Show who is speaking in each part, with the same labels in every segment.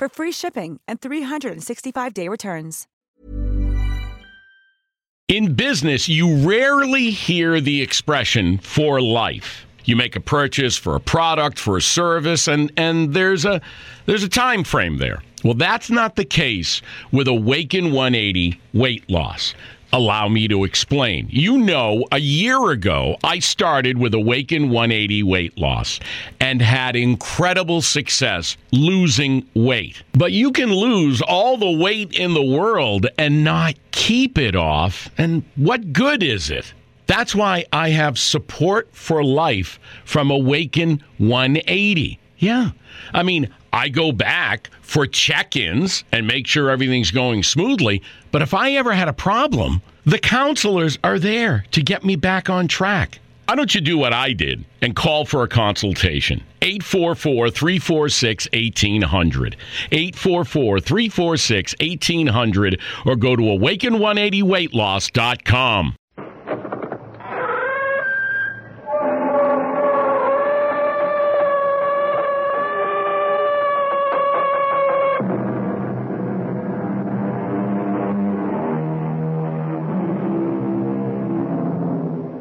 Speaker 1: for free shipping and 365-day returns.
Speaker 2: In business, you rarely hear the expression for life. You make a purchase for a product, for a service, and, and there's a there's a time frame there. Well, that's not the case with Awaken 180 weight loss. Allow me to explain. You know, a year ago, I started with Awaken 180 weight loss and had incredible success losing weight. But you can lose all the weight in the world and not keep it off, and what good is it? That's why I have support for life from Awaken 180. Yeah. I mean, I go back for check ins and make sure everything's going smoothly. But if I ever had a problem, the counselors are there to get me back on track. Why don't you do what I did and call for a consultation? 844 346 1800. 844 346 1800 or go to awaken180weightloss.com.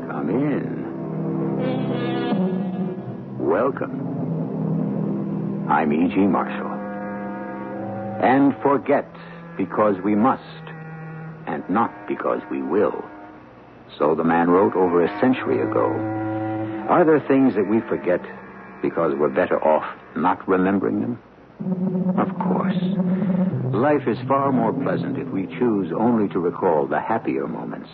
Speaker 3: Come in. Welcome. I'm E.G. Marshall. And forget because we must, and not because we will. So the man wrote over a century ago. Are there things that we forget because we're better off not remembering them? Of course. Life is far more pleasant if we choose only to recall the happier moments.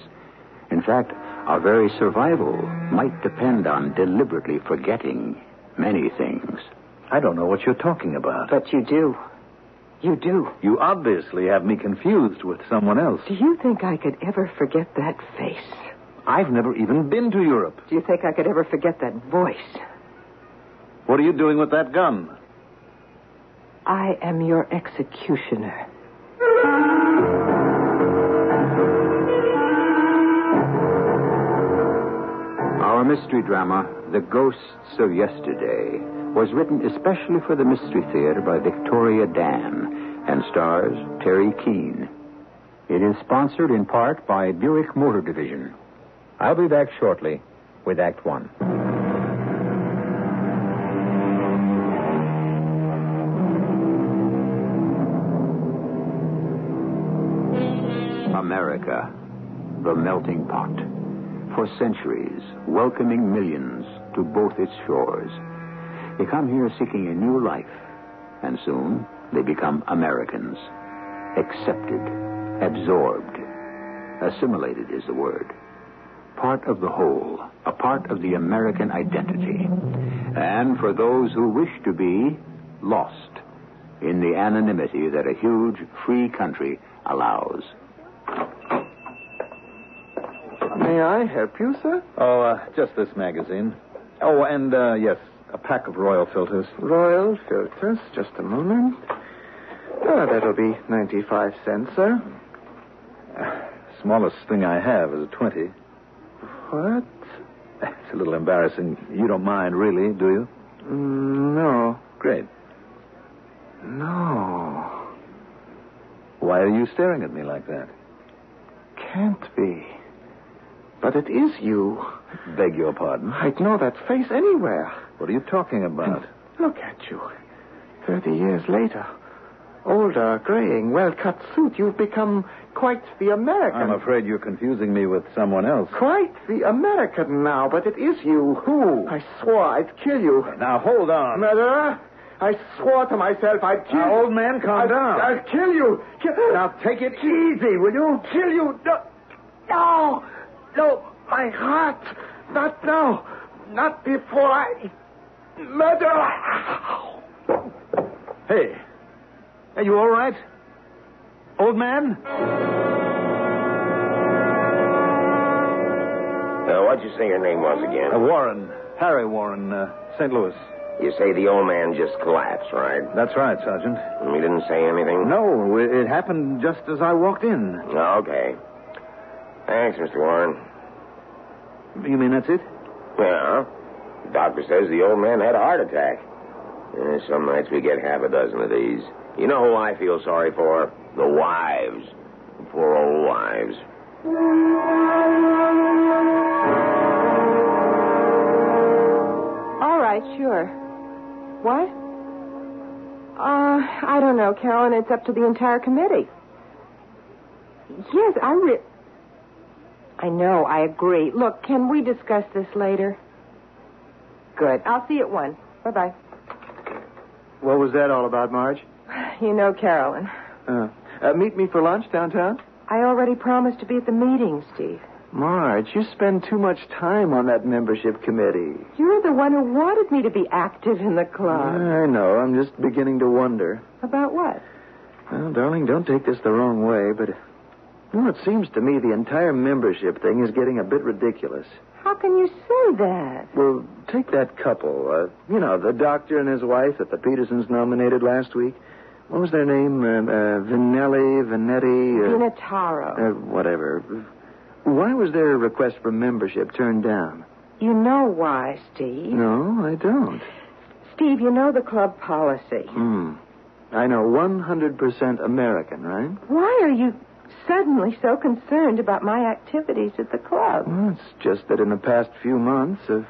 Speaker 3: In fact, our very survival might depend on deliberately forgetting many things. I don't know what you're talking about.
Speaker 4: But you do. You do.
Speaker 3: You obviously have me confused with someone else.
Speaker 4: Do you think I could ever forget that face?
Speaker 3: I've never even been to Europe.
Speaker 4: Do you think I could ever forget that voice?
Speaker 3: What are you doing with that gun?
Speaker 4: I am your executioner.
Speaker 3: Our mystery drama, The Ghosts of Yesterday, was written especially for the Mystery Theater by Victoria Dan and stars Terry Keane. It is sponsored in part by Buick Motor Division. I'll be back shortly with Act One. America, the melting pot, for centuries welcoming millions to both its shores. They come here seeking a new life, and soon they become Americans. Accepted, absorbed, assimilated is the word. Part of the whole, a part of the American identity. And for those who wish to be, lost in the anonymity that a huge, free country allows.
Speaker 5: May I help you, sir? Oh, uh, just this magazine. Oh, and, uh, yes, a pack of royal filters. Royal filters? Just a moment.
Speaker 6: Uh, that'll be 95 cents, sir.
Speaker 5: Smallest thing I have is a 20.
Speaker 6: What?
Speaker 5: It's a little embarrassing. You don't mind, really, do you?
Speaker 6: Mm, No.
Speaker 5: Great.
Speaker 6: No.
Speaker 5: Why are you staring at me like that?
Speaker 6: Can't be. But it is you.
Speaker 5: Beg your pardon.
Speaker 6: I'd know that face anywhere.
Speaker 5: What are you talking about?
Speaker 6: Look at you. Thirty years later. Older, graying, well cut suit. You've become quite the American.
Speaker 5: I'm afraid you're confusing me with someone else.
Speaker 6: Quite the American now, but it is you.
Speaker 5: Who?
Speaker 6: I swore I'd kill you.
Speaker 5: Now hold on.
Speaker 6: Murderer! I swore to myself I'd kill
Speaker 5: Now,
Speaker 6: you.
Speaker 5: old man, calm
Speaker 6: I'll,
Speaker 5: down.
Speaker 6: I'll kill you. Ki-
Speaker 5: Now, take it
Speaker 6: easy, will you? Kill you. No. No. No. My heart. Not now. Not before I. Murderer!
Speaker 5: Hey, are you all right? Old man?
Speaker 7: Uh, what'd you say your name was again?
Speaker 5: Uh, Warren. Harry Warren, uh, St. Louis.
Speaker 7: You say the old man just collapsed, right? Mm,
Speaker 5: That's right, Sergeant.
Speaker 7: He didn't say anything?
Speaker 5: No, it it happened just as I walked in.
Speaker 7: Okay. Thanks, Mr. Warren.
Speaker 5: You mean that's it?
Speaker 7: Yeah. The doctor says the old man had a heart attack. Eh, some nights we get half a dozen of these. You know who I feel sorry for? The wives. The poor old wives.
Speaker 4: All right, sure. What? Uh, I don't know, Carolyn. It's up to the entire committee. Yes, I re- I know, I agree. Look, can we discuss this later? Good. I'll see you at one. Bye bye.
Speaker 6: What was that all about, Marge?
Speaker 4: You know, Carolyn.
Speaker 6: Uh, uh, meet me for lunch downtown?
Speaker 4: I already promised to be at the meeting, Steve.
Speaker 6: Marge, you spend too much time on that membership committee.
Speaker 4: You're the one who wanted me to be active in the
Speaker 6: Uh,
Speaker 4: club.
Speaker 6: I know. I'm just beginning to wonder.
Speaker 4: About what?
Speaker 6: Well, darling, don't take this the wrong way, but uh, well, it seems to me the entire membership thing is getting a bit ridiculous.
Speaker 4: How can you say that?
Speaker 6: Well, take that couple, uh, you know, the doctor and his wife that the Petersons nominated last week. What was their name? Uh, uh, Vinelli, Vinetti, uh,
Speaker 4: Vinataro.
Speaker 6: uh, whatever. Why was their request for membership turned down?
Speaker 4: You know why, Steve.
Speaker 6: No, I don't.
Speaker 4: Steve, you know the club policy.
Speaker 6: Hmm. I know 100% American, right?
Speaker 4: Why are you suddenly so concerned about my activities at the club?
Speaker 6: Well, it's just that in the past few months, uh,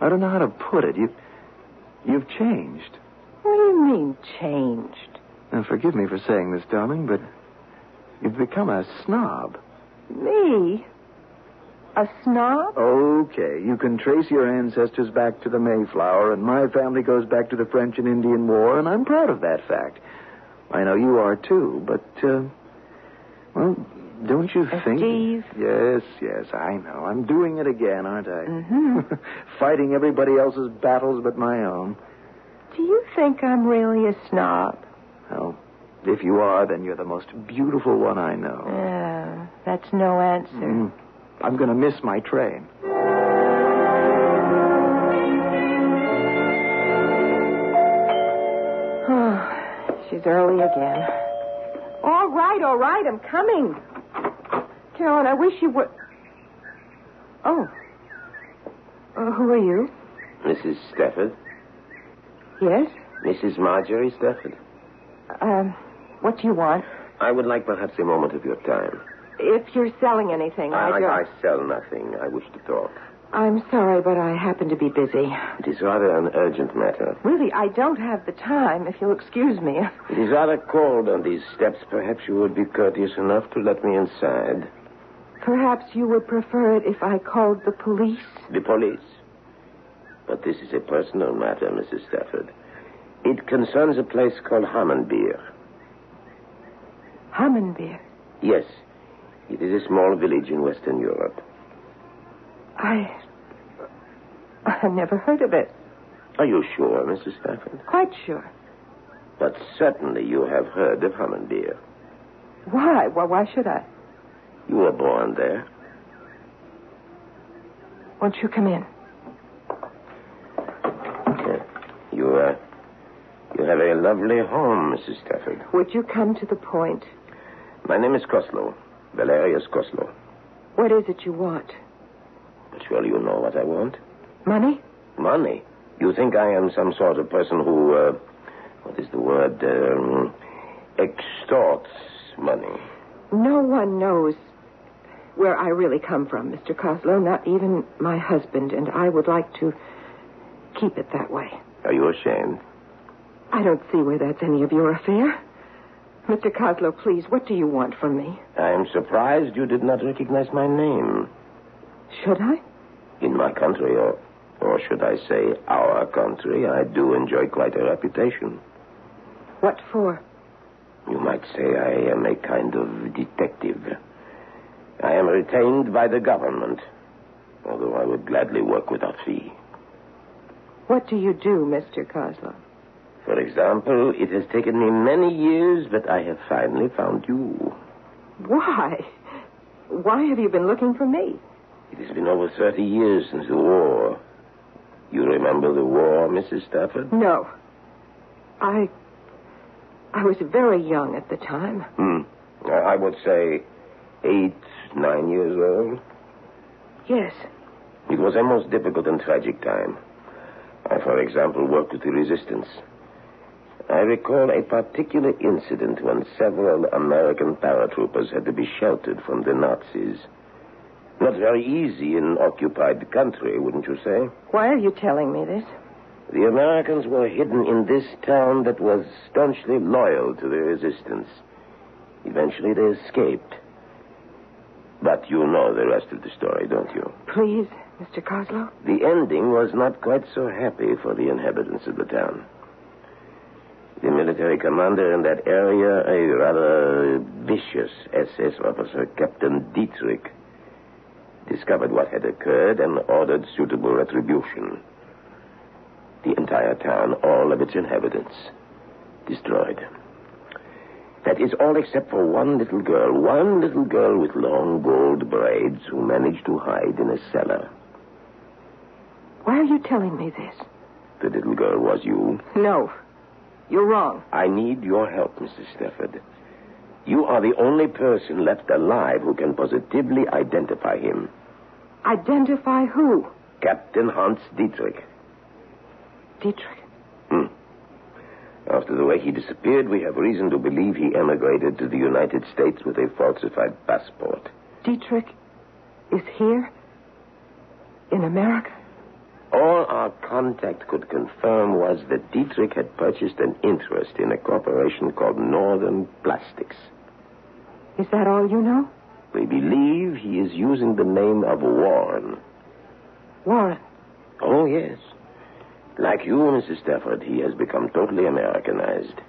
Speaker 6: I don't know how to put it. You, you've changed.
Speaker 4: What do you mean, changed?
Speaker 6: Now, forgive me for saying this, darling, but you've become a snob.
Speaker 4: Me? A snob?
Speaker 6: Okay, you can trace your ancestors back to the Mayflower, and my family goes back to the French and Indian War, and I'm proud of that fact. I know you are too, but, uh, well, don't you
Speaker 4: Uh,
Speaker 6: think.
Speaker 4: Steve?
Speaker 6: Yes, yes, I know. I'm doing it again, aren't I? Mm-hmm. Fighting everybody else's battles but my own.
Speaker 4: Do you think I'm really a snob?
Speaker 6: Well, if you are, then you're the most beautiful one I know.
Speaker 4: Uh, that's no answer.
Speaker 6: Mm. I'm going to miss my train.
Speaker 4: She's early again. All right, all right, I'm coming. Carolyn, I wish you would. Oh. Uh, who are you?
Speaker 7: Mrs. Stefford?
Speaker 4: Yes?
Speaker 7: Mrs. Marjorie Stefford?
Speaker 4: Um, what do you want?
Speaker 7: I would like perhaps a moment of your time.
Speaker 4: If you're selling anything, I,
Speaker 7: I,
Speaker 4: don't.
Speaker 7: I sell nothing. I wish to talk.
Speaker 4: I'm sorry, but I happen to be busy.
Speaker 7: It is rather an urgent matter.
Speaker 4: Really, I don't have the time, if you'll excuse me.
Speaker 7: It is rather cold on these steps. Perhaps you would be courteous enough to let me inside.
Speaker 4: Perhaps you would prefer it if I called the police.
Speaker 7: The police. But this is a personal matter, Mrs. Stafford. It concerns a place called Hammondbeer.
Speaker 4: Humminbeer.
Speaker 7: Yes, it is a small village in Western Europe.
Speaker 4: I. I've never heard of it.
Speaker 7: Are you sure, Mrs. Stafford?
Speaker 4: Quite sure.
Speaker 7: But certainly you have heard of Hammondbeer.
Speaker 4: Why? Why, why should I?
Speaker 7: You were born there.
Speaker 4: Won't you come in?
Speaker 7: Yeah. You, uh, You have a lovely home, Mrs. Stafford.
Speaker 4: Would you come to the point?
Speaker 7: My name is Coslow, Valerius Coslow.
Speaker 4: What is it you want?
Speaker 7: Surely you know what I want?
Speaker 4: Money?
Speaker 7: Money. You think I am some sort of person who, uh, what is the word, um, extorts money?
Speaker 4: No one knows where I really come from, Mr. Coslow, not even my husband, and I would like to keep it that way.
Speaker 7: Are you ashamed?
Speaker 4: I don't see where that's any of your affair. Mr. Coslow, please, what do you want from me?
Speaker 7: I am surprised you did not recognize my name.
Speaker 4: Should I?
Speaker 7: In my country, or, or should I say our country, I do enjoy quite a reputation.
Speaker 4: What for?
Speaker 7: You might say I am a kind of detective. I am retained by the government, although I would gladly work without fee.
Speaker 4: What do you do, Mr. Coslow?
Speaker 7: For example, it has taken me many years, but I have finally found you.
Speaker 4: Why? Why have you been looking for me?
Speaker 7: It has been over 30 years since the war. You remember the war, Mrs. Stafford?
Speaker 4: No. I. I was very young at the time.
Speaker 7: Hmm. I would say eight, nine years old.
Speaker 4: Yes.
Speaker 7: It was a most difficult and tragic time. I, for example, worked with the resistance. I recall a particular incident when several American paratroopers had to be sheltered from the Nazis. Not very easy in occupied country, wouldn't you say?
Speaker 4: Why are you telling me this?
Speaker 7: The Americans were hidden in this town that was staunchly loyal to the resistance. Eventually they escaped. But you know the rest of the story, don't you?
Speaker 4: Please, Mr. Coslow.
Speaker 7: The ending was not quite so happy for the inhabitants of the town. The military commander in that area, a rather vicious SS officer, Captain Dietrich, discovered what had occurred and ordered suitable retribution. The entire town, all of its inhabitants, destroyed. That is all except for one little girl, one little girl with long gold braids who managed to hide in a cellar.
Speaker 4: Why are you telling me this?
Speaker 7: The little girl was you.
Speaker 4: No. You're wrong.
Speaker 7: I need your help, Mrs. Stafford. You are the only person left alive who can positively identify him.
Speaker 4: Identify who?
Speaker 7: Captain Hans Dietrich.
Speaker 4: Dietrich.
Speaker 7: Hmm. After the way he disappeared, we have reason to believe he emigrated to the United States with a falsified passport.
Speaker 4: Dietrich is here? In America?
Speaker 7: All our contact could confirm was that Dietrich had purchased an interest in a corporation called Northern Plastics.
Speaker 4: Is that all you know?
Speaker 7: We believe he is using the name of Warren.
Speaker 4: Warren.
Speaker 7: Oh, yes. Like you, Mrs. Stafford, he has become totally Americanized.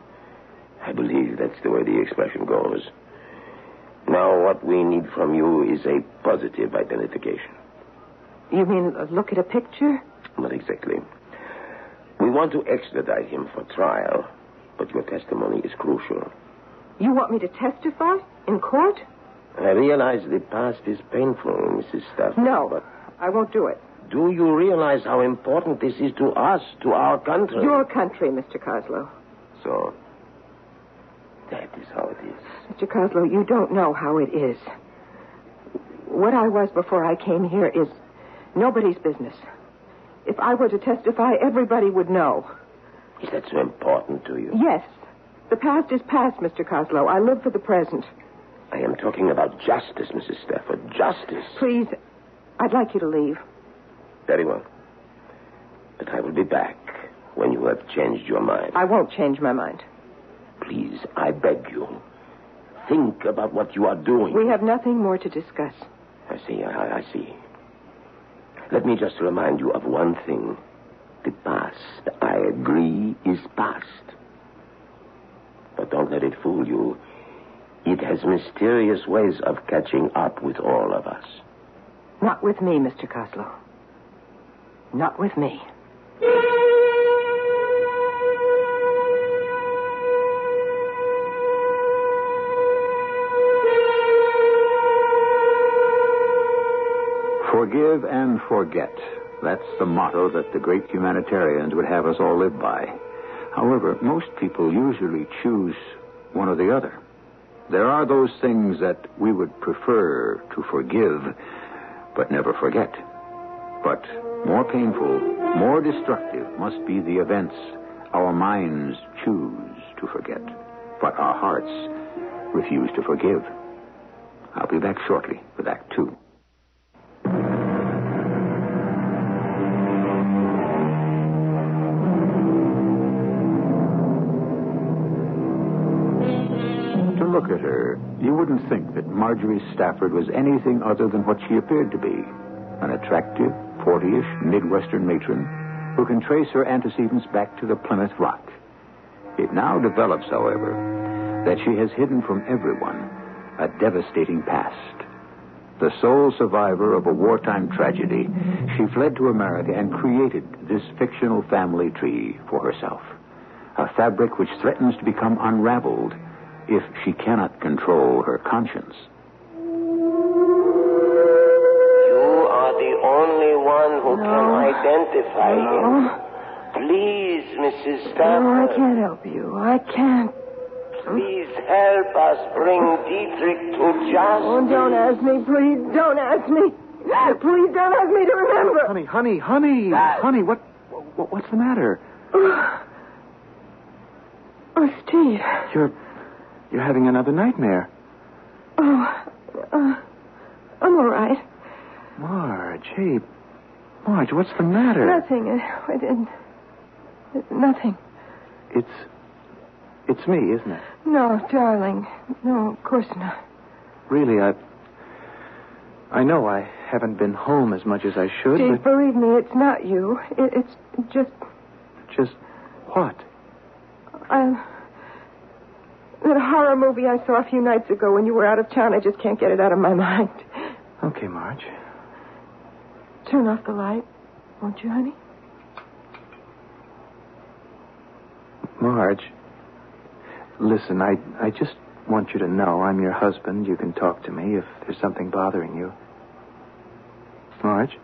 Speaker 7: I believe that's the way the expression goes. Now, what we need from you is a positive identification.
Speaker 4: You mean uh, look at a picture?
Speaker 7: Not exactly. We want to extradite him for trial, but your testimony is crucial.
Speaker 4: You want me to testify in court?
Speaker 7: I realize the past is painful, Mrs. Stafford.
Speaker 4: No,
Speaker 7: but
Speaker 4: I won't do it.
Speaker 7: do you realize how important this is to us, to our country?
Speaker 4: Your country, Mr. Coslow.
Speaker 7: So, that is how it is.
Speaker 4: Mr. Coslow, you don't know how it is. What I was before I came here is nobody's business. If I were to testify, everybody would know.
Speaker 7: Is that so important to you?
Speaker 4: Yes, the past is past, Mr. Coslow. I live for the present.
Speaker 7: I am talking about justice, Mrs. Stafford. Justice.
Speaker 4: Please, I'd like you to leave.
Speaker 7: Very well. But I will be back when you have changed your mind.
Speaker 4: I won't change my mind.
Speaker 7: Please, I beg you. Think about what you are doing.
Speaker 4: We have nothing more to discuss.
Speaker 7: I see, I, I see. Let me just remind you of one thing. The past, I agree, is past. But don't let it fool you. It has mysterious ways of catching up with all of us.
Speaker 4: Not with me, Mr. Coslow. Not with me.
Speaker 5: Forgive and forget. That's the motto that the great humanitarians would have us all live by.
Speaker 3: However, most people usually choose one or the other. There are those things that we would prefer to forgive, but never forget. But more painful, more destructive must be the events our minds choose to forget, but our hearts refuse to forgive. I'll be back shortly with Act Two. To look at her, you wouldn't think that Marjorie Stafford was anything other than what she appeared to be an attractive, 40 ish Midwestern matron who can trace her antecedents back to the Plymouth Rock. It now develops, however, that she has hidden from everyone a devastating past. The sole survivor of a wartime tragedy, she fled to America and created this fictional family tree for herself. A fabric which threatens to become unraveled if she cannot control her conscience.
Speaker 8: You are the only one who can identify him. Please, Mrs.
Speaker 4: No, Oh, I
Speaker 8: Stafford.
Speaker 4: can't help you. I can't. Oh.
Speaker 8: Please help us bring Dietrich to justice.
Speaker 4: Oh, don't ask me, please. Don't ask me. Please don't ask me to remember. Uh,
Speaker 6: Honey, honey, honey, honey, what, what, what's the matter?
Speaker 4: Oh, Steve.
Speaker 6: You're, you're having another nightmare.
Speaker 4: Oh, uh, I'm all right.
Speaker 6: Marge, hey, Marge, what's the matter?
Speaker 4: Nothing. uh, It, it- nothing.
Speaker 6: It's, it's me, isn't it?
Speaker 4: No, darling. No, of course not.
Speaker 6: Really, I, I know I haven't been home as much as I should,
Speaker 4: Steve,
Speaker 6: but
Speaker 4: believe me, it's not you. It, it's just
Speaker 6: just what?
Speaker 4: I. That horror movie I saw a few nights ago when you were out of town, I just can't get it out of my mind.
Speaker 6: Okay, Marge.
Speaker 4: Turn off the light, won't you, honey?
Speaker 6: Marge, listen, I, I just want you to know I'm your husband. You can talk to me if there's something bothering you. Marge,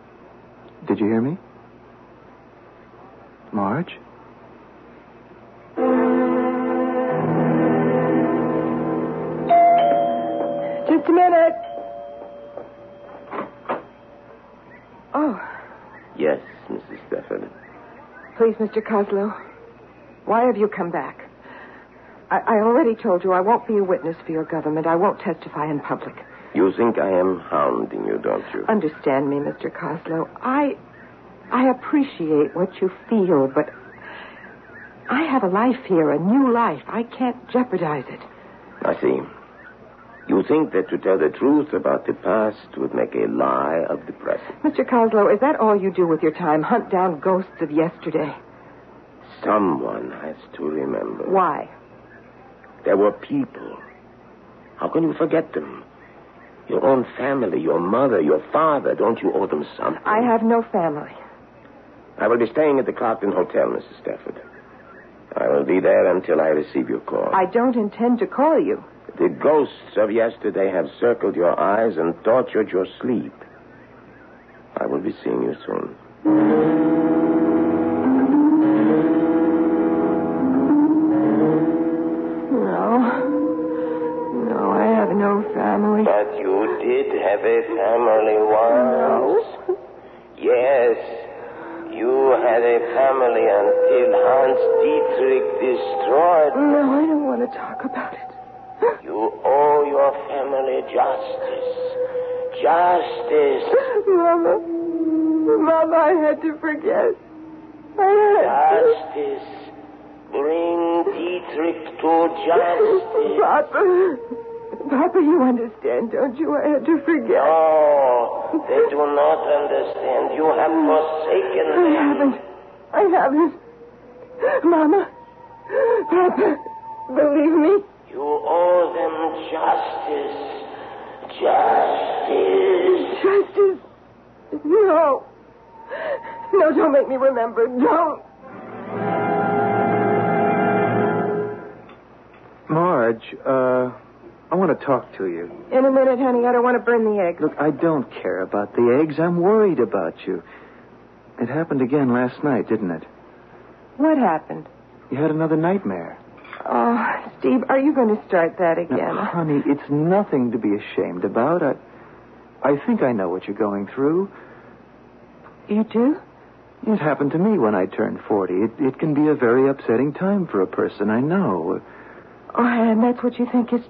Speaker 6: did you hear me? Marge?
Speaker 4: Just a minute. Oh,
Speaker 7: Yes, Mrs. Stafford.
Speaker 4: please, Mr. Coslow. Why have you come back? I, I already told you I won't be a witness for your government. I won't testify in public.
Speaker 7: You think I am hounding you, don't you?
Speaker 4: Understand me, Mr. Coslow. I I appreciate what you feel, but I have a life here, a new life. I can't jeopardize it.
Speaker 7: I see. You think that to tell the truth about the past would make a lie of the present.
Speaker 4: Mr. Coslow, is that all you do with your time? Hunt down ghosts of yesterday?
Speaker 7: Someone has to remember.
Speaker 4: Why?
Speaker 7: There were people. How can you forget them? Your own family, your mother, your father. Don't you owe them something?
Speaker 4: I have no family.
Speaker 7: I will be staying at the Clarkton Hotel, Mrs. Stafford. I will be there until I receive your call.
Speaker 4: I don't intend to call you.
Speaker 7: The ghosts of yesterday have circled your eyes and tortured your sleep. I will be seeing you soon.
Speaker 4: No. No, I have no family.
Speaker 8: But you did have a family once. Yes, you had a family until Hans Dietrich destroyed.
Speaker 4: No, I don't want to talk about it.
Speaker 8: You owe your family justice. Justice.
Speaker 4: Mama. Mama, I had to forget. I had to.
Speaker 8: Justice. Bring Dietrich to justice.
Speaker 4: Papa. Papa, you understand, don't you? I had to forget.
Speaker 8: No, they do not understand. You have forsaken
Speaker 4: I
Speaker 8: them.
Speaker 4: haven't. I haven't. Mama. Papa. Believe me.
Speaker 8: You owe them justice. Justice.
Speaker 4: Justice. No. No, don't make me remember. Don't.
Speaker 6: Marge, uh, I want to talk to you.
Speaker 4: In a minute, honey. I don't want to burn the egg.
Speaker 6: Look, I don't care about the eggs. I'm worried about you. It happened again last night, didn't it?
Speaker 4: What happened?
Speaker 6: You had another nightmare.
Speaker 4: Oh, Steve, are you going to start that again?
Speaker 6: Now, honey, it's nothing to be ashamed about. I, I think I know what you're going through.
Speaker 4: You do?
Speaker 6: It happened to me when I turned 40. It, it can be a very upsetting time for a person, I know.
Speaker 4: Oh, and that's what you think is.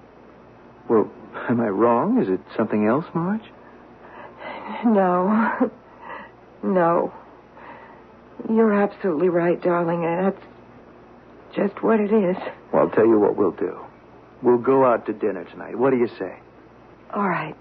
Speaker 6: Well, am I wrong? Is it something else, Marge?
Speaker 4: No. no. You're absolutely right, darling. That's just what it is.
Speaker 6: Well, I'll tell you what we'll do. We'll go out to dinner tonight. What do you say?
Speaker 4: All right.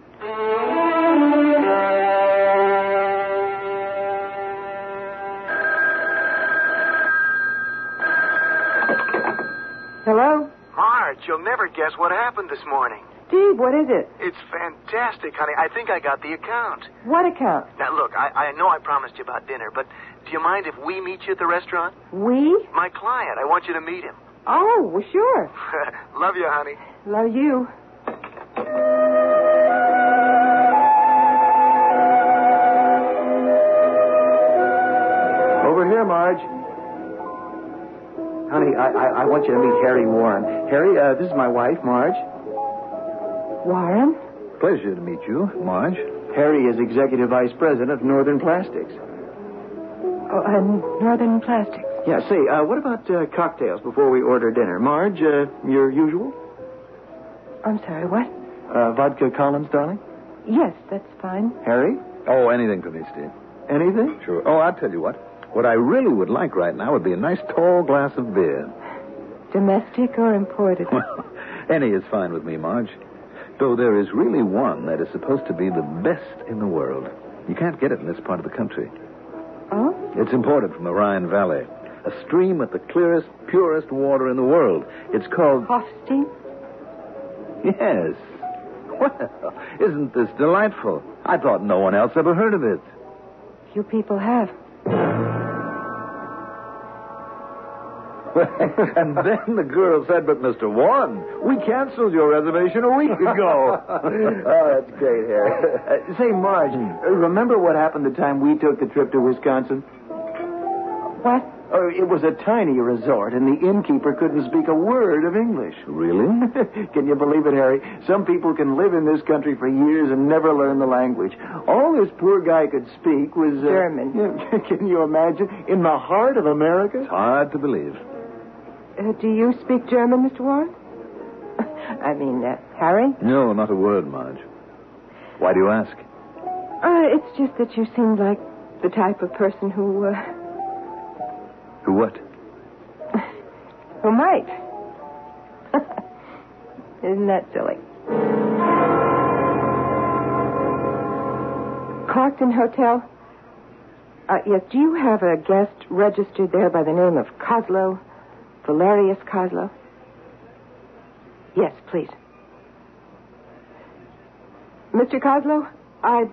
Speaker 4: Hello?
Speaker 6: Marge, you'll never guess what happened this morning.
Speaker 4: Steve, what is it?
Speaker 6: It's fantastic, honey. I think I got the account.
Speaker 4: What account?
Speaker 6: Now, look, I, I know I promised you about dinner, but do you mind if we meet you at the restaurant?
Speaker 4: We?
Speaker 6: My client. I want you to meet him.
Speaker 4: Oh, well, sure.
Speaker 6: Love you, honey.
Speaker 4: Love you.
Speaker 6: Over here, Marge. Honey, I, I, I want you to meet Harry Warren. Harry, uh, this is my wife, Marge.
Speaker 4: Warren?
Speaker 6: Pleasure to meet you, Marge. Harry is executive vice president of Northern Plastics.
Speaker 4: Oh, and Northern Plastics.
Speaker 6: Yeah, say, uh, what about uh, cocktails before we order dinner? Marge, uh, your usual?
Speaker 4: I'm sorry, what?
Speaker 6: Uh, vodka Collins, darling?
Speaker 4: Yes, that's fine.
Speaker 6: Harry?
Speaker 5: Oh, anything for me, Steve.
Speaker 6: Anything?
Speaker 5: Sure. Oh, I'll tell you what. What I really would like right now would be a nice tall glass of beer.
Speaker 4: Domestic or imported?
Speaker 5: Well, any is fine with me, Marge. Though there is really one that is supposed to be the best in the world. You can't get it in this part of the country.
Speaker 4: Oh?
Speaker 5: It's imported from the Rhine Valley, a stream with the clearest, purest water in the world. It's called.
Speaker 4: Hofstein?
Speaker 5: Yes. Well, isn't this delightful? I thought no one else ever heard of it.
Speaker 4: Few people have.
Speaker 5: and then the girl said, But Mr. Warren, we canceled your reservation a week ago.
Speaker 6: oh, that's great, Harry. Uh, say, Marge, uh, remember what happened the time we took the trip to Wisconsin?
Speaker 4: What?
Speaker 6: Oh, it was a tiny resort, and the innkeeper couldn't speak a word of English.
Speaker 5: really?
Speaker 6: can you believe it, Harry? Some people can live in this country for years and never learn the language. All this poor guy could speak was uh,
Speaker 4: German.
Speaker 6: Yeah, can you imagine? In the heart of America?
Speaker 5: Hard to believe.
Speaker 4: Uh, do you speak German, Mr. Warren? I mean, uh, Harry?
Speaker 5: No, not a word, Marge. Why do you ask?
Speaker 4: Uh, it's just that you seem like the type of person who, uh,
Speaker 5: Who what?
Speaker 4: who might. Isn't that silly? Clarkton Hotel? Uh, yes, do you have a guest registered there by the name of Coslow? Valerius Coslow? Yes, please. Mr. Coslow, I'd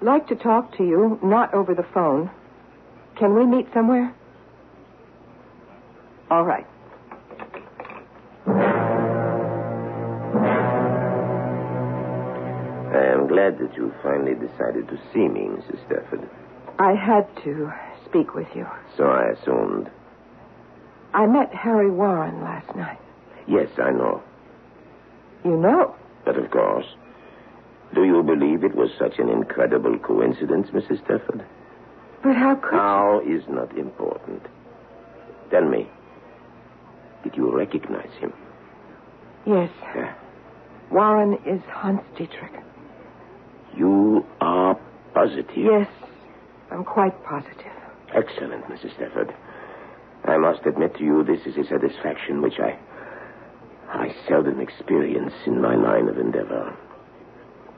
Speaker 4: like to talk to you, not over the phone. Can we meet somewhere? All right.
Speaker 7: I am glad that you finally decided to see me, Mrs. Stafford.
Speaker 4: I had to speak with you.
Speaker 7: So I assumed.
Speaker 4: I met Harry Warren last night.
Speaker 7: Yes, I know.
Speaker 4: You know.
Speaker 7: But of course. Do you believe it was such an incredible coincidence, Mrs. Stafford?
Speaker 4: But how could.
Speaker 7: How is not important. Tell me, did you recognize him?
Speaker 4: Yes.
Speaker 7: Yeah.
Speaker 4: Warren is Hans Dietrich.
Speaker 7: You are positive.
Speaker 4: Yes, I'm quite positive.
Speaker 7: Excellent, Mrs. Stafford. I must admit to you this is a satisfaction which I I seldom experience in my line of endeavor.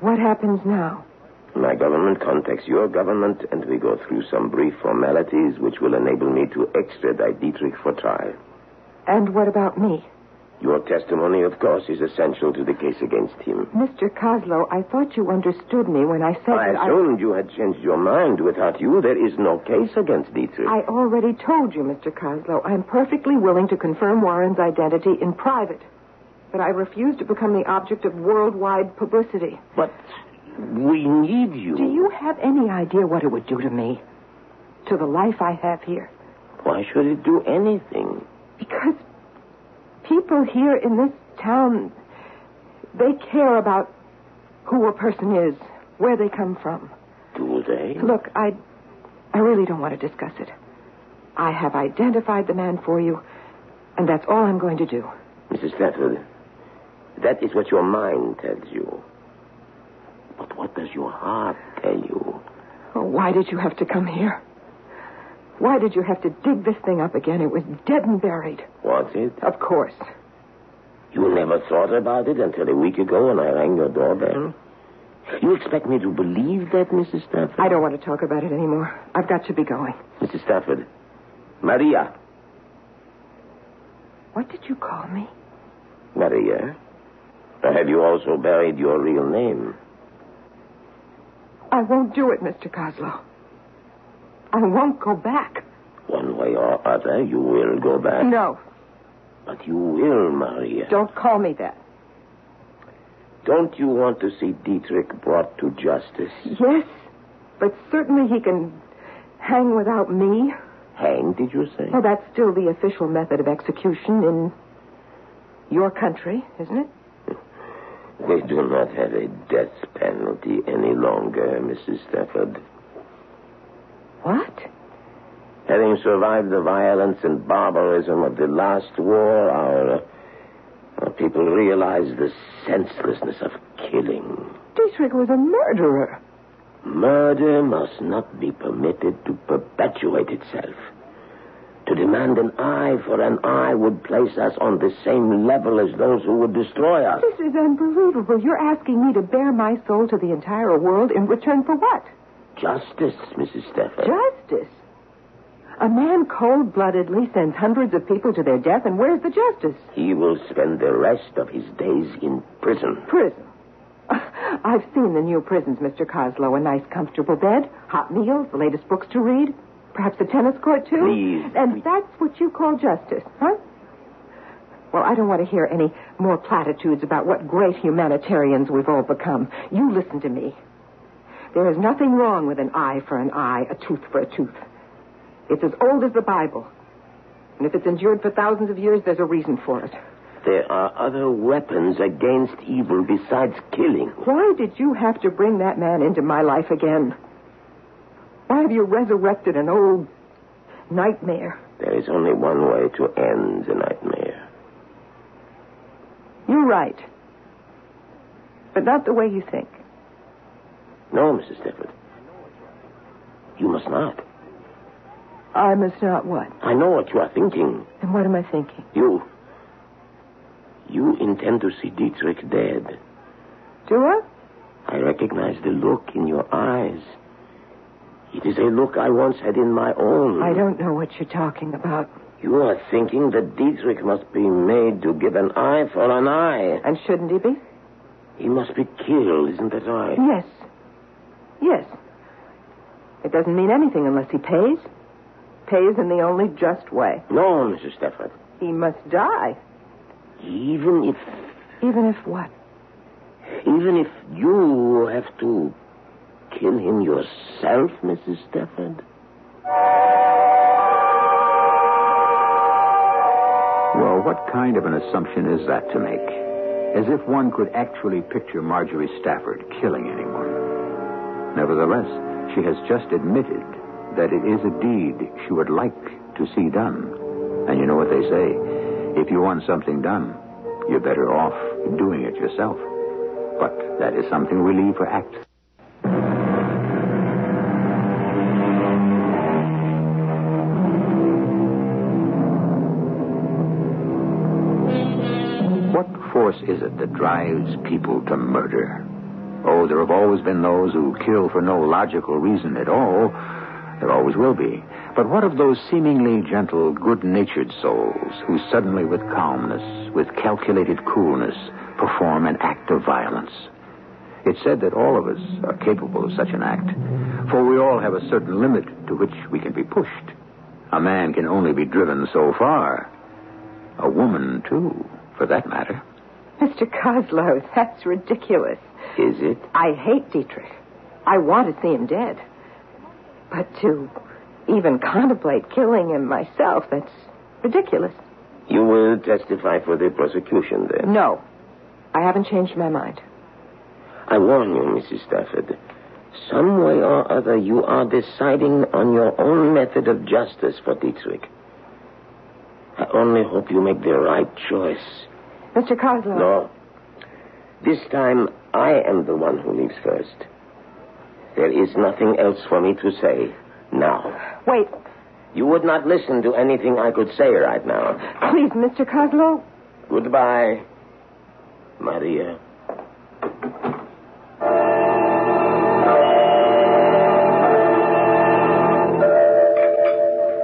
Speaker 4: What happens now?
Speaker 7: My government contacts your government, and we go through some brief formalities which will enable me to extradite Dietrich for trial.
Speaker 4: And what about me?
Speaker 7: Your testimony, of course, is essential to the case against him.
Speaker 4: Mr. Coslow, I thought you understood me when I said
Speaker 7: I
Speaker 4: that
Speaker 7: assumed you had changed your mind. Without you, there is no case against Dietrich.
Speaker 4: I already told you, Mr. Coslow, I'm perfectly willing to confirm Warren's identity in private. But I refuse to become the object of worldwide publicity.
Speaker 7: But we need you.
Speaker 4: Do you have any idea what it would do to me? To the life I have here?
Speaker 7: Why should it do anything?
Speaker 4: Because people here in this town, they care about who a person is, where they come from.
Speaker 7: Do they?
Speaker 4: Look, I, I really don't want to discuss it. I have identified the man for you, and that's all I'm going to do.
Speaker 7: Mrs. Fletwood, that is what your mind tells you. But what does your heart tell you?
Speaker 4: Oh, why did you have to come here? Why did you have to dig this thing up again? It was dead and buried.
Speaker 7: Was it?
Speaker 4: Of course.
Speaker 7: You never thought about it until a week ago when I rang your doorbell. You expect me to believe that, Mrs. Stafford?
Speaker 4: I don't want to talk about it anymore. I've got to be going.
Speaker 7: Mrs. Stafford, Maria.
Speaker 4: What did you call me?
Speaker 7: Maria, have you also buried your real name?
Speaker 4: I won't do it, Mr. Coslow. I won't go back.
Speaker 7: One way or other, you will go back.
Speaker 4: No,
Speaker 7: But you will, Maria.
Speaker 4: don't call me that.
Speaker 7: Don't you want to see Dietrich brought to justice?
Speaker 4: Yes, but certainly he can hang without me.
Speaker 7: Hang, did you say?
Speaker 4: Well, that's still the official method of execution in your country, isn't it?
Speaker 7: They do not have a death penalty any longer, Mrs. Stafford.
Speaker 4: What?
Speaker 7: Having survived the violence and barbarism of the last war, our, uh, our people realize the senselessness of killing.
Speaker 4: Dietrich was a murderer.
Speaker 7: Murder must not be permitted to perpetuate itself. To demand an eye for an eye would place us on the same level as those who would destroy us.
Speaker 4: This is unbelievable. You're asking me to bare my soul to the entire world in return for what?
Speaker 7: Justice, Mrs. Stafford.
Speaker 4: Justice. A man cold bloodedly sends hundreds of people to their death, and where's the justice?
Speaker 7: He will spend the rest of his days in prison.
Speaker 4: Prison. I've seen the new prisons, Mr. Coslow. A nice, comfortable bed, hot meals, the latest books to read, perhaps a tennis court, too.
Speaker 7: Please,
Speaker 4: And that's what you call justice, huh? Well, I don't want to hear any more platitudes about what great humanitarians we've all become. You listen to me. There is nothing wrong with an eye for an eye, a tooth for a tooth. It's as old as the Bible. And if it's endured for thousands of years, there's a reason for it.
Speaker 7: There are other weapons against evil besides killing.
Speaker 4: Why did you have to bring that man into my life again? Why have you resurrected an old nightmare?
Speaker 7: There is only one way to end the nightmare.
Speaker 4: You're right. But not the way you think.
Speaker 7: No, Mrs. Stafford. You must not.
Speaker 4: I must not what?
Speaker 7: I know what you are thinking.
Speaker 4: And what am I thinking?
Speaker 7: You. You intend to see Dietrich dead.
Speaker 4: Do I?
Speaker 7: I recognize the look in your eyes. It is a look I once had in my own.
Speaker 4: I don't know what you're talking about.
Speaker 7: You are thinking that Dietrich must be made to give an eye for an eye.
Speaker 4: And shouldn't he be?
Speaker 7: He must be killed, isn't that right?
Speaker 4: Yes. Yes. It doesn't mean anything unless he pays. Pays in the only just way.
Speaker 7: No, Mrs. Stafford.
Speaker 4: He must die.
Speaker 7: Even if
Speaker 4: Even if what?
Speaker 7: Even if you have to kill him yourself, Mrs. Stafford.
Speaker 3: Well, what kind of an assumption is that to make? As if one could actually picture Marjorie Stafford killing anyone. Nevertheless, she has just admitted that it is a deed she would like to see done. And you know what they say if you want something done, you're better off doing it yourself. But that is something we leave for Act What force is it that drives people to murder? Oh, there have always been those who kill for no logical reason at all. There always will be. But what of those seemingly gentle, good natured souls who suddenly, with calmness, with calculated coolness, perform an act of violence? It's said that all of us are capable of such an act, for we all have a certain limit to which we can be pushed. A man can only be driven so far. A woman, too, for that matter.
Speaker 4: Mr. Coslow, that's ridiculous.
Speaker 7: Is it?
Speaker 4: I hate Dietrich. I want to see him dead. But to even contemplate killing him myself, that's ridiculous.
Speaker 7: You will testify for the prosecution, then.
Speaker 4: No. I haven't changed my mind.
Speaker 7: I warn you, Mrs. Stafford. Some way or other, you are deciding on your own method of justice for Dietrich. I only hope you make the right choice.
Speaker 4: Mr. Coslow.
Speaker 7: No. This time, I am the one who leaves first. There is nothing else for me to say now.
Speaker 4: Wait.
Speaker 7: You would not listen to anything I could say right now.
Speaker 4: Please, Mr. Coslow.
Speaker 7: Goodbye, Maria.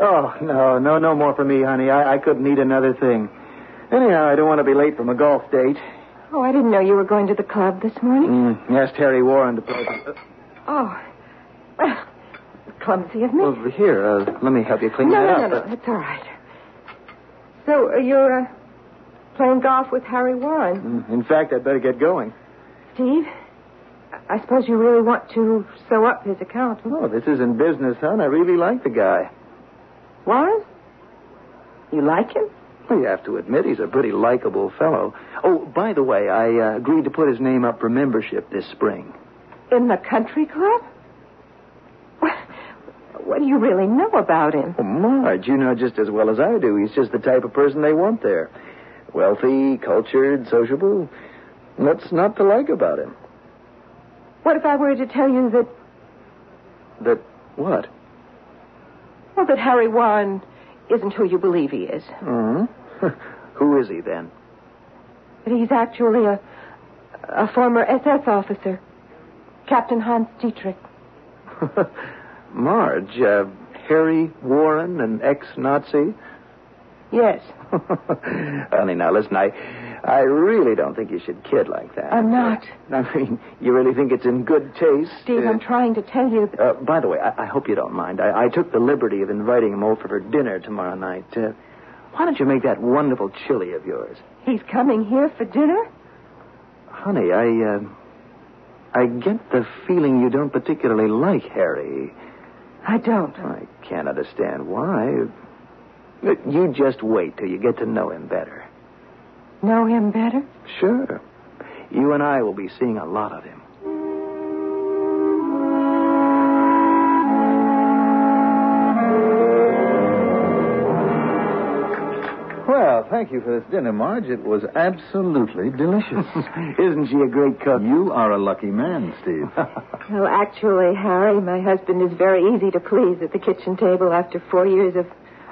Speaker 6: Oh, no, no, no more for me, honey. I, I couldn't eat another thing. Anyhow, I don't want to be late from a golf date.
Speaker 4: Oh, I didn't know you were going to the club this morning.
Speaker 6: Mm, asked Harry Warren to play. Uh,
Speaker 4: Oh. Well, clumsy of me.
Speaker 6: Over here, uh, let me help you clean
Speaker 4: no,
Speaker 6: that
Speaker 4: no,
Speaker 6: up.
Speaker 4: no, no. It's all right. So uh, you're uh, playing golf with Harry Warren,
Speaker 6: Mm, In fact, I'd better get going.
Speaker 4: Steve? I- I suppose you really want to sew up his account.
Speaker 6: Oh, this isn't business, hon. I really like the guy.
Speaker 4: Warren? You like him?
Speaker 6: Well, you have to admit he's a pretty likable fellow. Oh, by the way, I uh, agreed to put his name up for membership this spring.
Speaker 4: In the country club? What, what do you really know about him?
Speaker 6: Well, Marge, you know just as well as I do. He's just the type of person they want there. Wealthy, cultured, sociable. What's not to like about him?
Speaker 4: What if I were to tell you that,
Speaker 6: That what?
Speaker 4: well, that Harry Warren isn't who you believe he is?
Speaker 6: Hmm. Who is he then?
Speaker 4: That he's actually a, a former SS officer, Captain Hans Dietrich.
Speaker 6: Marge, uh, Harry Warren, an ex-Nazi.
Speaker 4: Yes.
Speaker 6: Honey, now listen, I, I really don't think you should kid like that.
Speaker 4: I'm not.
Speaker 6: I mean, you really think it's in good taste?
Speaker 4: Steve, I'm trying to tell you that.
Speaker 6: Uh, by the way, I, I hope you don't mind. I, I took the liberty of inviting him over for dinner tomorrow night. Uh, why don't you make that wonderful chili of yours?
Speaker 4: He's coming here for dinner?
Speaker 6: Honey, I, uh, I get the feeling you don't particularly like Harry.
Speaker 4: I don't.
Speaker 6: I can't understand why. Uh, You just wait till you get to know him better.
Speaker 4: Know him better?
Speaker 6: Sure. You and I will be seeing a lot of him.
Speaker 5: Well, thank you for this dinner, Marge. It was absolutely delicious.
Speaker 6: Isn't she a great cook?
Speaker 5: You are a lucky man, Steve.
Speaker 4: Well, actually, Harry, my husband is very easy to please at the kitchen table after four years of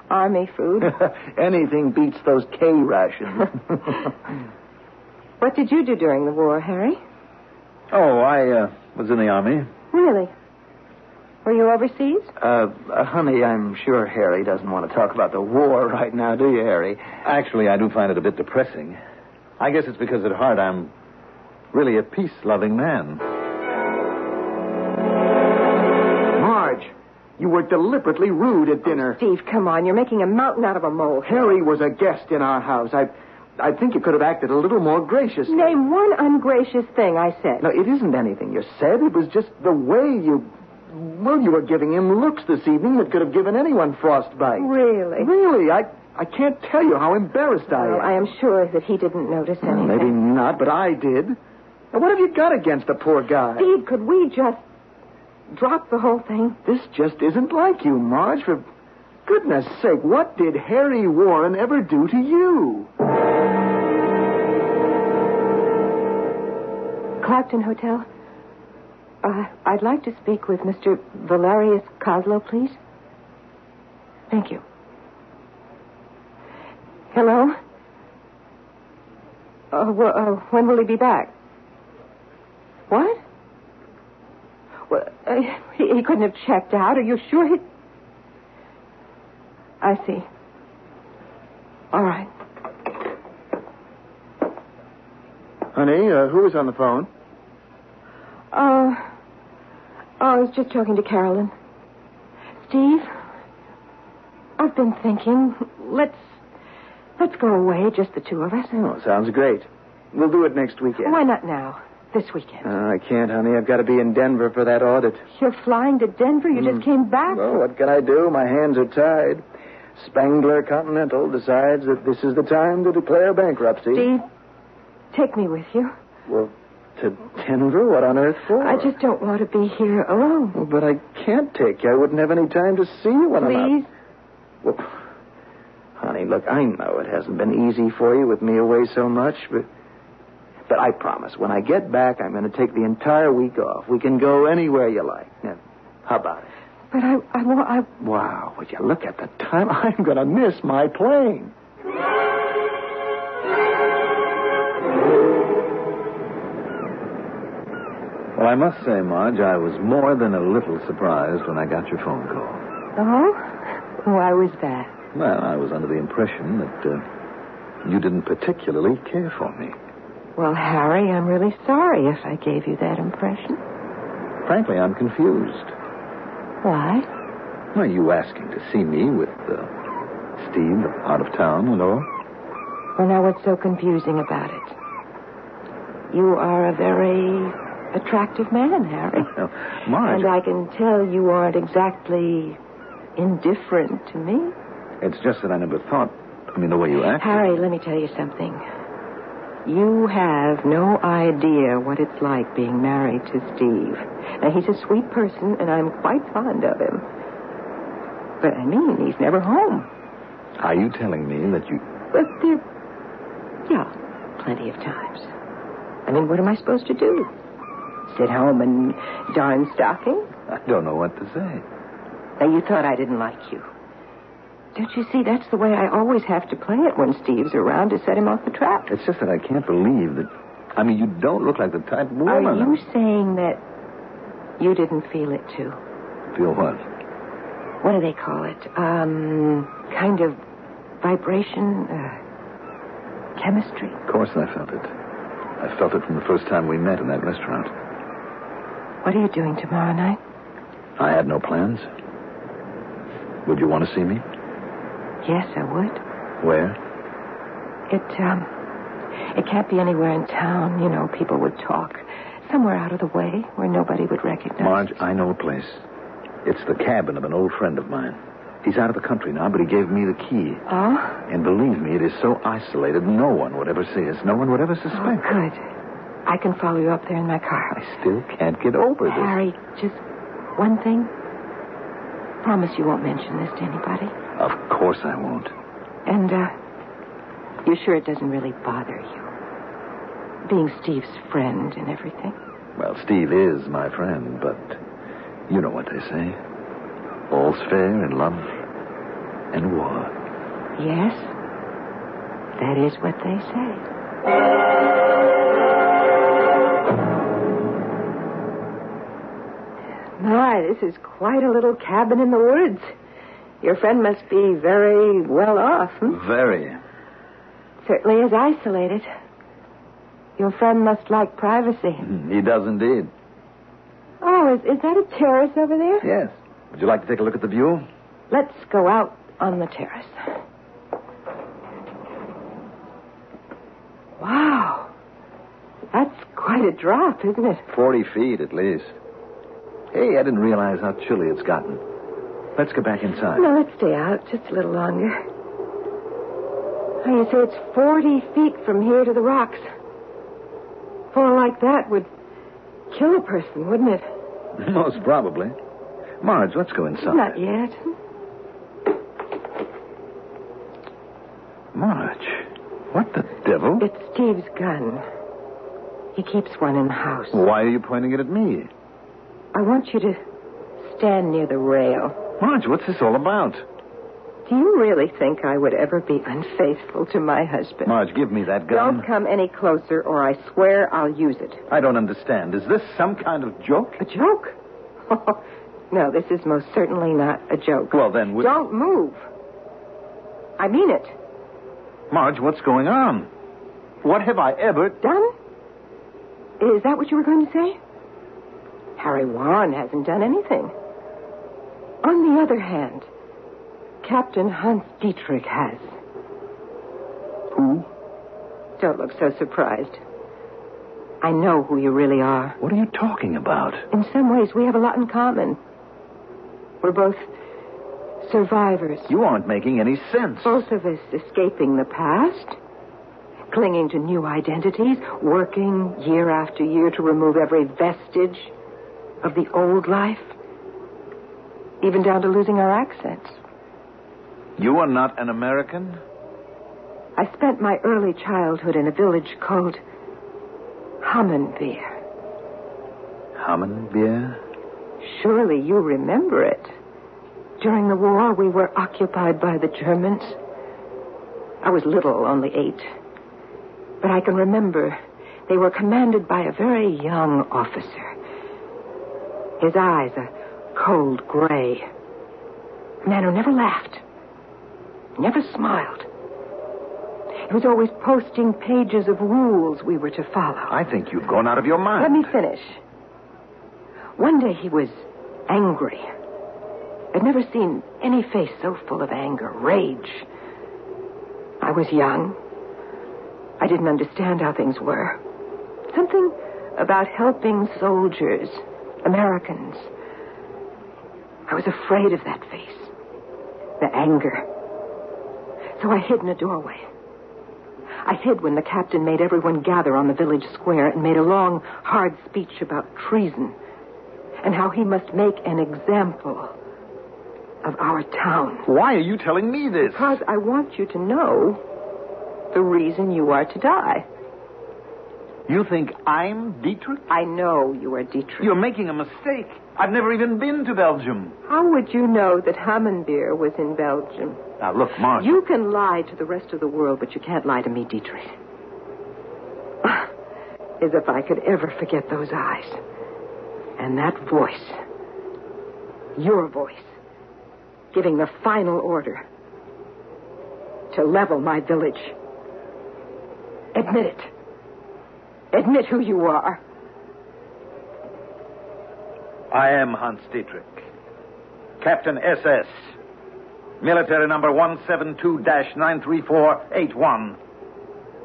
Speaker 4: army food.
Speaker 6: Anything beats those K rations.
Speaker 4: what did you do during the war, Harry?
Speaker 5: oh, I uh, was in the army.
Speaker 4: Really? Were you overseas?
Speaker 6: Uh, uh, honey, I'm sure Harry doesn't want to talk about the war right now, do you, Harry?
Speaker 5: Actually, I do find it a bit depressing. I guess it's because at heart I'm really a peace loving man.
Speaker 6: Marge, you were deliberately rude at dinner.
Speaker 4: Oh, Steve, come on. You're making a mountain out of a molehill.
Speaker 6: Harry was a guest in our house. I, I think you could have acted a little more graciously.
Speaker 4: Name one ungracious thing I said.
Speaker 6: No, it isn't anything you said. It was just the way you. Well, you were giving him looks this evening that could have given anyone frostbite.
Speaker 4: Really?
Speaker 6: Really, I, I can't tell you how embarrassed I am.
Speaker 4: Well, I am sure that he didn't notice
Speaker 6: Well,
Speaker 4: anything.
Speaker 6: maybe not, but I did. Now, what have you got against the poor guy?
Speaker 4: Steve, could we just drop the whole thing?
Speaker 6: This just isn't like you, Marge. For goodness sake, what did Harry Warren ever do to you?
Speaker 4: Clarkton Hotel. Uh, I'd like to speak with Mr. Valerius Coslow, please. Thank you. Hello? Uh, well, uh, when will he be back? What? Well, uh, he, he couldn't have checked out. Are you sure he. I see. All right.
Speaker 6: Honey, uh, who is on the phone?
Speaker 4: Oh. Oh, I was just talking to Carolyn. Steve, I've been thinking. Let's let's go away, just the two of us.
Speaker 6: Oh, sounds great. We'll do it next weekend.
Speaker 4: Why not now? This weekend.
Speaker 6: Uh, I can't, honey. I've got to be in Denver for that audit.
Speaker 4: You're flying to Denver. You just came back.
Speaker 6: Well, what can I do? My hands are tied. Spangler Continental decides that this is the time to declare bankruptcy.
Speaker 4: Steve, take me with you.
Speaker 6: Well, to Denver? What on earth for?
Speaker 4: I just don't want to be here oh, alone.
Speaker 6: Well, Oh, but I can't take you. I wouldn't have any time to see you when I'm
Speaker 4: Please?
Speaker 6: out. Well, honey, look, I know it hasn't been easy for you with me away so much, but but I promise, when I get back, I'm going to take the entire week off. We can go anywhere you like. Now, how about it?
Speaker 4: But I, I want, I,
Speaker 6: Wow, would you look at the time? I'm going to miss my plane.
Speaker 5: Well, I must say, Marge, I was more than a little surprised when I got your phone call.
Speaker 4: oh? Why was that?
Speaker 5: Well, I was under the impression that uh, you didn't particularly care for me.
Speaker 4: Well, Harry, I'm really sorry if I gave you that impression.
Speaker 5: Frankly, I'm confused.
Speaker 4: Why?
Speaker 5: Are you asking to see me with uh, Steve out of town and all?
Speaker 4: Well, now what's so confusing about it? You are a very attractive man, Harry.
Speaker 5: Marge,
Speaker 4: And I can tell you aren't exactly indifferent to me.
Speaker 5: it's just that I never thought. I mean, the way you act.
Speaker 4: Harry, let me tell you something. You have no idea what it's like being married to Steve. Now, he's a sweet person, and I'm quite fond of him. But I mean, he's never home.
Speaker 5: Are you telling me that you?
Speaker 4: But there. Yeah, plenty of times. I mean, what am I supposed to do? Sit home and darn stocking?
Speaker 5: I don't know what to say.
Speaker 4: Now, you thought I didn't like you. Don't you see? That's the way I always have to play it when Steve's around to set him off the track.
Speaker 5: It's just that I can't believe that. I mean, you don't look like the type woman.
Speaker 4: Are you saying that you didn't feel it too?
Speaker 5: feel what?
Speaker 4: What do they call it? Um, kind of vibration, uh, chemistry.
Speaker 5: Of course, I felt it. I felt it from the first time we met in that restaurant.
Speaker 4: What are you doing tomorrow night?
Speaker 5: I had no plans. Would you want to see me?
Speaker 4: Yes, I would.
Speaker 5: Where?
Speaker 4: It um, it can't be anywhere in town. You know, people would talk. Somewhere out of the way where nobody would recognize.
Speaker 5: Marge, I know a place. It's the cabin of an old friend of mine. He's out of the country now, but he gave me the key.
Speaker 4: Oh,
Speaker 5: And believe me, it is so isolated, no one would ever see us. No one would ever
Speaker 4: oh,
Speaker 5: suspect.
Speaker 4: good. I can follow you up there in my car.
Speaker 5: I still can't get over this.
Speaker 4: Harry, just one thing. Promise you won't mention this to anybody.
Speaker 5: Of course I won't.
Speaker 4: And, uh, you're sure it doesn't really bother you? Being Steve's friend and everything.
Speaker 5: Well, Steve is my friend, but you know what they say. All's fair in love and war.
Speaker 4: Yes? That is what they say. My, this is quite a little cabin in the woods. Your friend must be very well off. Hmm?
Speaker 5: Very.
Speaker 4: Certainly is isolated. Your friend must like privacy.
Speaker 5: He does indeed.
Speaker 4: Oh, is, is that a terrace over there?
Speaker 5: Yes. Would you like to take a look at the view?
Speaker 4: Let's go out on the terrace. Wow. That's quite a drop, isn't it?
Speaker 5: Forty feet at least. Hey, I didn't realize how chilly it's gotten. Let's go back inside.
Speaker 4: No, let's stay out just a little longer. Oh, you say it's 40 feet from here to the rocks. Fall like that would kill a person, wouldn't it?
Speaker 5: Most probably. Marge, let's go inside.
Speaker 4: Not yet.
Speaker 5: Marge, what the devil?
Speaker 4: It's Steve's gun. He keeps one in the house.
Speaker 5: Why are you pointing it at me?
Speaker 4: I want you to stand near the rail.
Speaker 5: Marge, what's this all about?
Speaker 4: Do you really think I would ever be unfaithful to my husband?
Speaker 5: Marge, give me that gun.
Speaker 4: Don't come any closer, or I swear I'll use it.
Speaker 5: I don't understand. Is this some kind of joke?
Speaker 4: A joke? no, this is most certainly not a joke.
Speaker 5: Well, then, we...
Speaker 4: Don't move. I mean it.
Speaker 5: Marge, what's going on? What have I ever.
Speaker 4: Done? Is that what you were going to say? Harry Warren hasn't done anything. On the other hand, Captain Hans Dietrich has.
Speaker 5: Who?
Speaker 4: Don't look so surprised. I know who you really are.
Speaker 5: What are you talking about?
Speaker 4: In some ways, we have a lot in common. We're both Survivors.
Speaker 5: You aren't making any sense.
Speaker 4: Both of us escaping the past, clinging to new identities, working year after year to remove every vestige of the old life, even down to losing our accents.
Speaker 5: You are not an American?
Speaker 4: I spent my early childhood in a village called Hammondbeer.
Speaker 5: Hammond beer?
Speaker 4: Surely you remember it. During the war, we were occupied by the Germans. I was little, only eight. But I can remember they were commanded by a very young officer. His eyes a cold gray. A man who never laughed, never smiled. He was always posting pages of rules we were to follow.
Speaker 5: I think you've gone out of your mind.
Speaker 4: Let me finish. One day he was angry. I'd never seen any face so full of anger, rage. I was young. I didn't understand how things were. Something about helping soldiers, Americans. I was afraid of that face, the anger. So I hid in a doorway. I hid when the captain made everyone gather on the village square and made a long, hard speech about treason and how he must make an example of our town.
Speaker 5: Why are you telling me this?
Speaker 4: Because I want you to know the reason you are to die.
Speaker 5: You think I'm Dietrich?
Speaker 4: I know you are Dietrich.
Speaker 5: You're making a mistake. I've never even been to Belgium.
Speaker 4: How would you know that Hammondbeer was in Belgium?
Speaker 5: Now, look, Marge.
Speaker 4: You can lie to the rest of the world, but you can't lie to me, Dietrich. As if I could ever forget those eyes. And that voice. Your voice. Giving the final order to level my village. Admit it. Admit who you are.
Speaker 5: I am Hans Dietrich, Captain SS, military number 172 93481.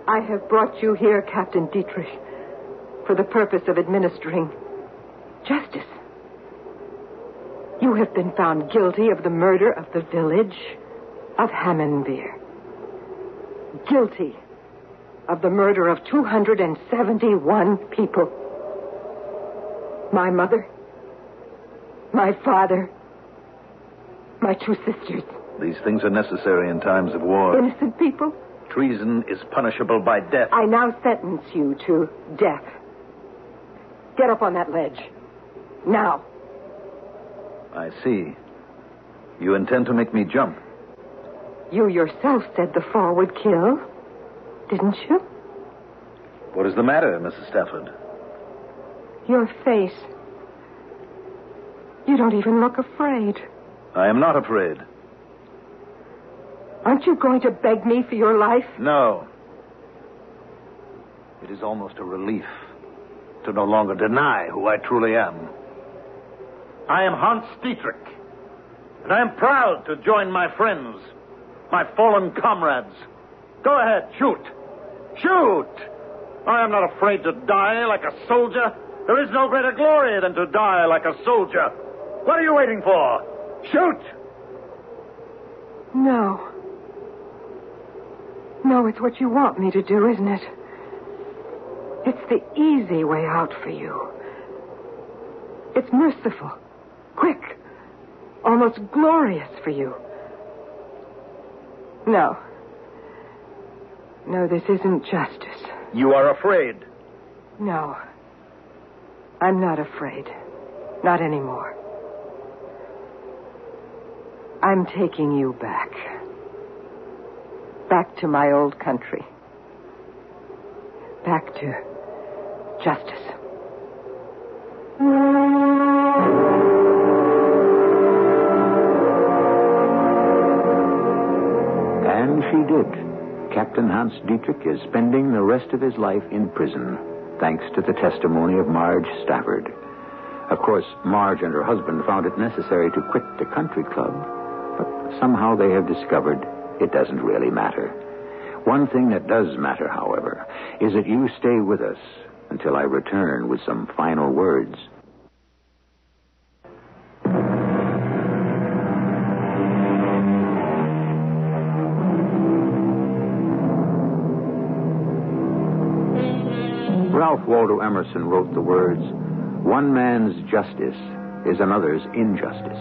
Speaker 4: I have brought you here, Captain Dietrich, for the purpose of administering justice. You have been found guilty of the murder of the village of Hammondbeer. Guilty of the murder of 271 people. My mother, my father, my two sisters,
Speaker 5: These things are necessary in times of war.
Speaker 4: innocent people.
Speaker 5: Treason is punishable by death.
Speaker 4: I now sentence you to death. Get up on that ledge. Now.
Speaker 5: I see. You intend to make me jump.
Speaker 4: You yourself said the fall would kill, didn't you?
Speaker 5: What is the matter, Mrs. Stafford?
Speaker 4: Your face. You don't even look afraid.
Speaker 5: I am not afraid.
Speaker 4: Aren't you going to beg me for your life?
Speaker 5: No. It is almost a relief to no longer deny who I truly am. I am Hans Dietrich, and I am proud to join my friends, my fallen comrades. Go ahead, shoot. Shoot! I am not afraid to die like a soldier. There is no greater glory than to die like a soldier. What are you waiting for? Shoot!
Speaker 4: No. No, it's what you want me to do, isn't it? It's the easy way out for you. It's merciful, quick, almost glorious for you. No. No, this isn't justice.
Speaker 5: You are afraid.
Speaker 4: No. I'm not afraid. Not anymore. I'm taking you back. Back to my old country. Back to justice.
Speaker 3: And she did. Captain Hans Dietrich is spending the rest of his life in prison, thanks to the testimony of Marge Stafford. Of course, Marge and her husband found it necessary to quit the country club, but somehow they have discovered it doesn't really matter. One thing that does matter, however, is that you stay with us until I return with some final words. Ralph Waldo Emerson wrote the words One man's justice is another's injustice,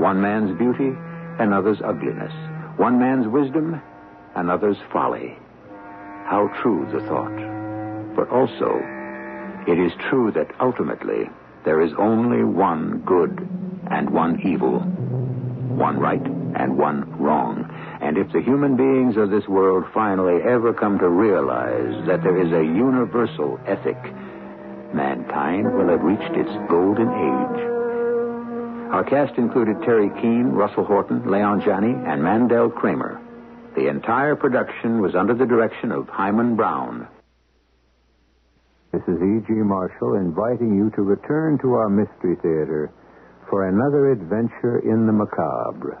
Speaker 3: one man's beauty, another's ugliness, one man's wisdom, another's folly. How true the thought. But also, it is true that ultimately there is only one good and one evil, one right and one wrong. And if the human beings of this world finally ever come to realize that there is a universal ethic, mankind will have reached its golden age. Our cast included Terry Keane, Russell Horton, Leon Janney, and Mandel Kramer. The entire production was under the direction of Hyman Brown. This is E.G. E Marshall inviting you to return to our Mystery Theater for another adventure in the macabre.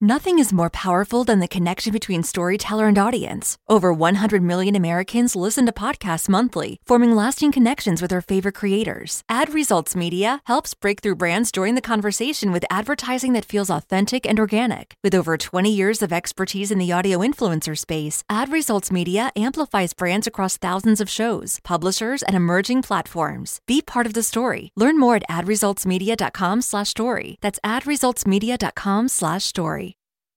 Speaker 9: Nothing is more powerful than the connection between storyteller and audience. Over 100 million Americans listen to podcasts monthly, forming lasting connections with their favorite creators. Ad Results Media helps breakthrough brands join the conversation with advertising that feels authentic and organic. With over 20 years of expertise in the audio influencer space, Ad Results Media amplifies brands across thousands of shows, publishers, and emerging platforms. Be part of the story. Learn more at adresultsmedia.com/story. That's adresultsmedia.com/story.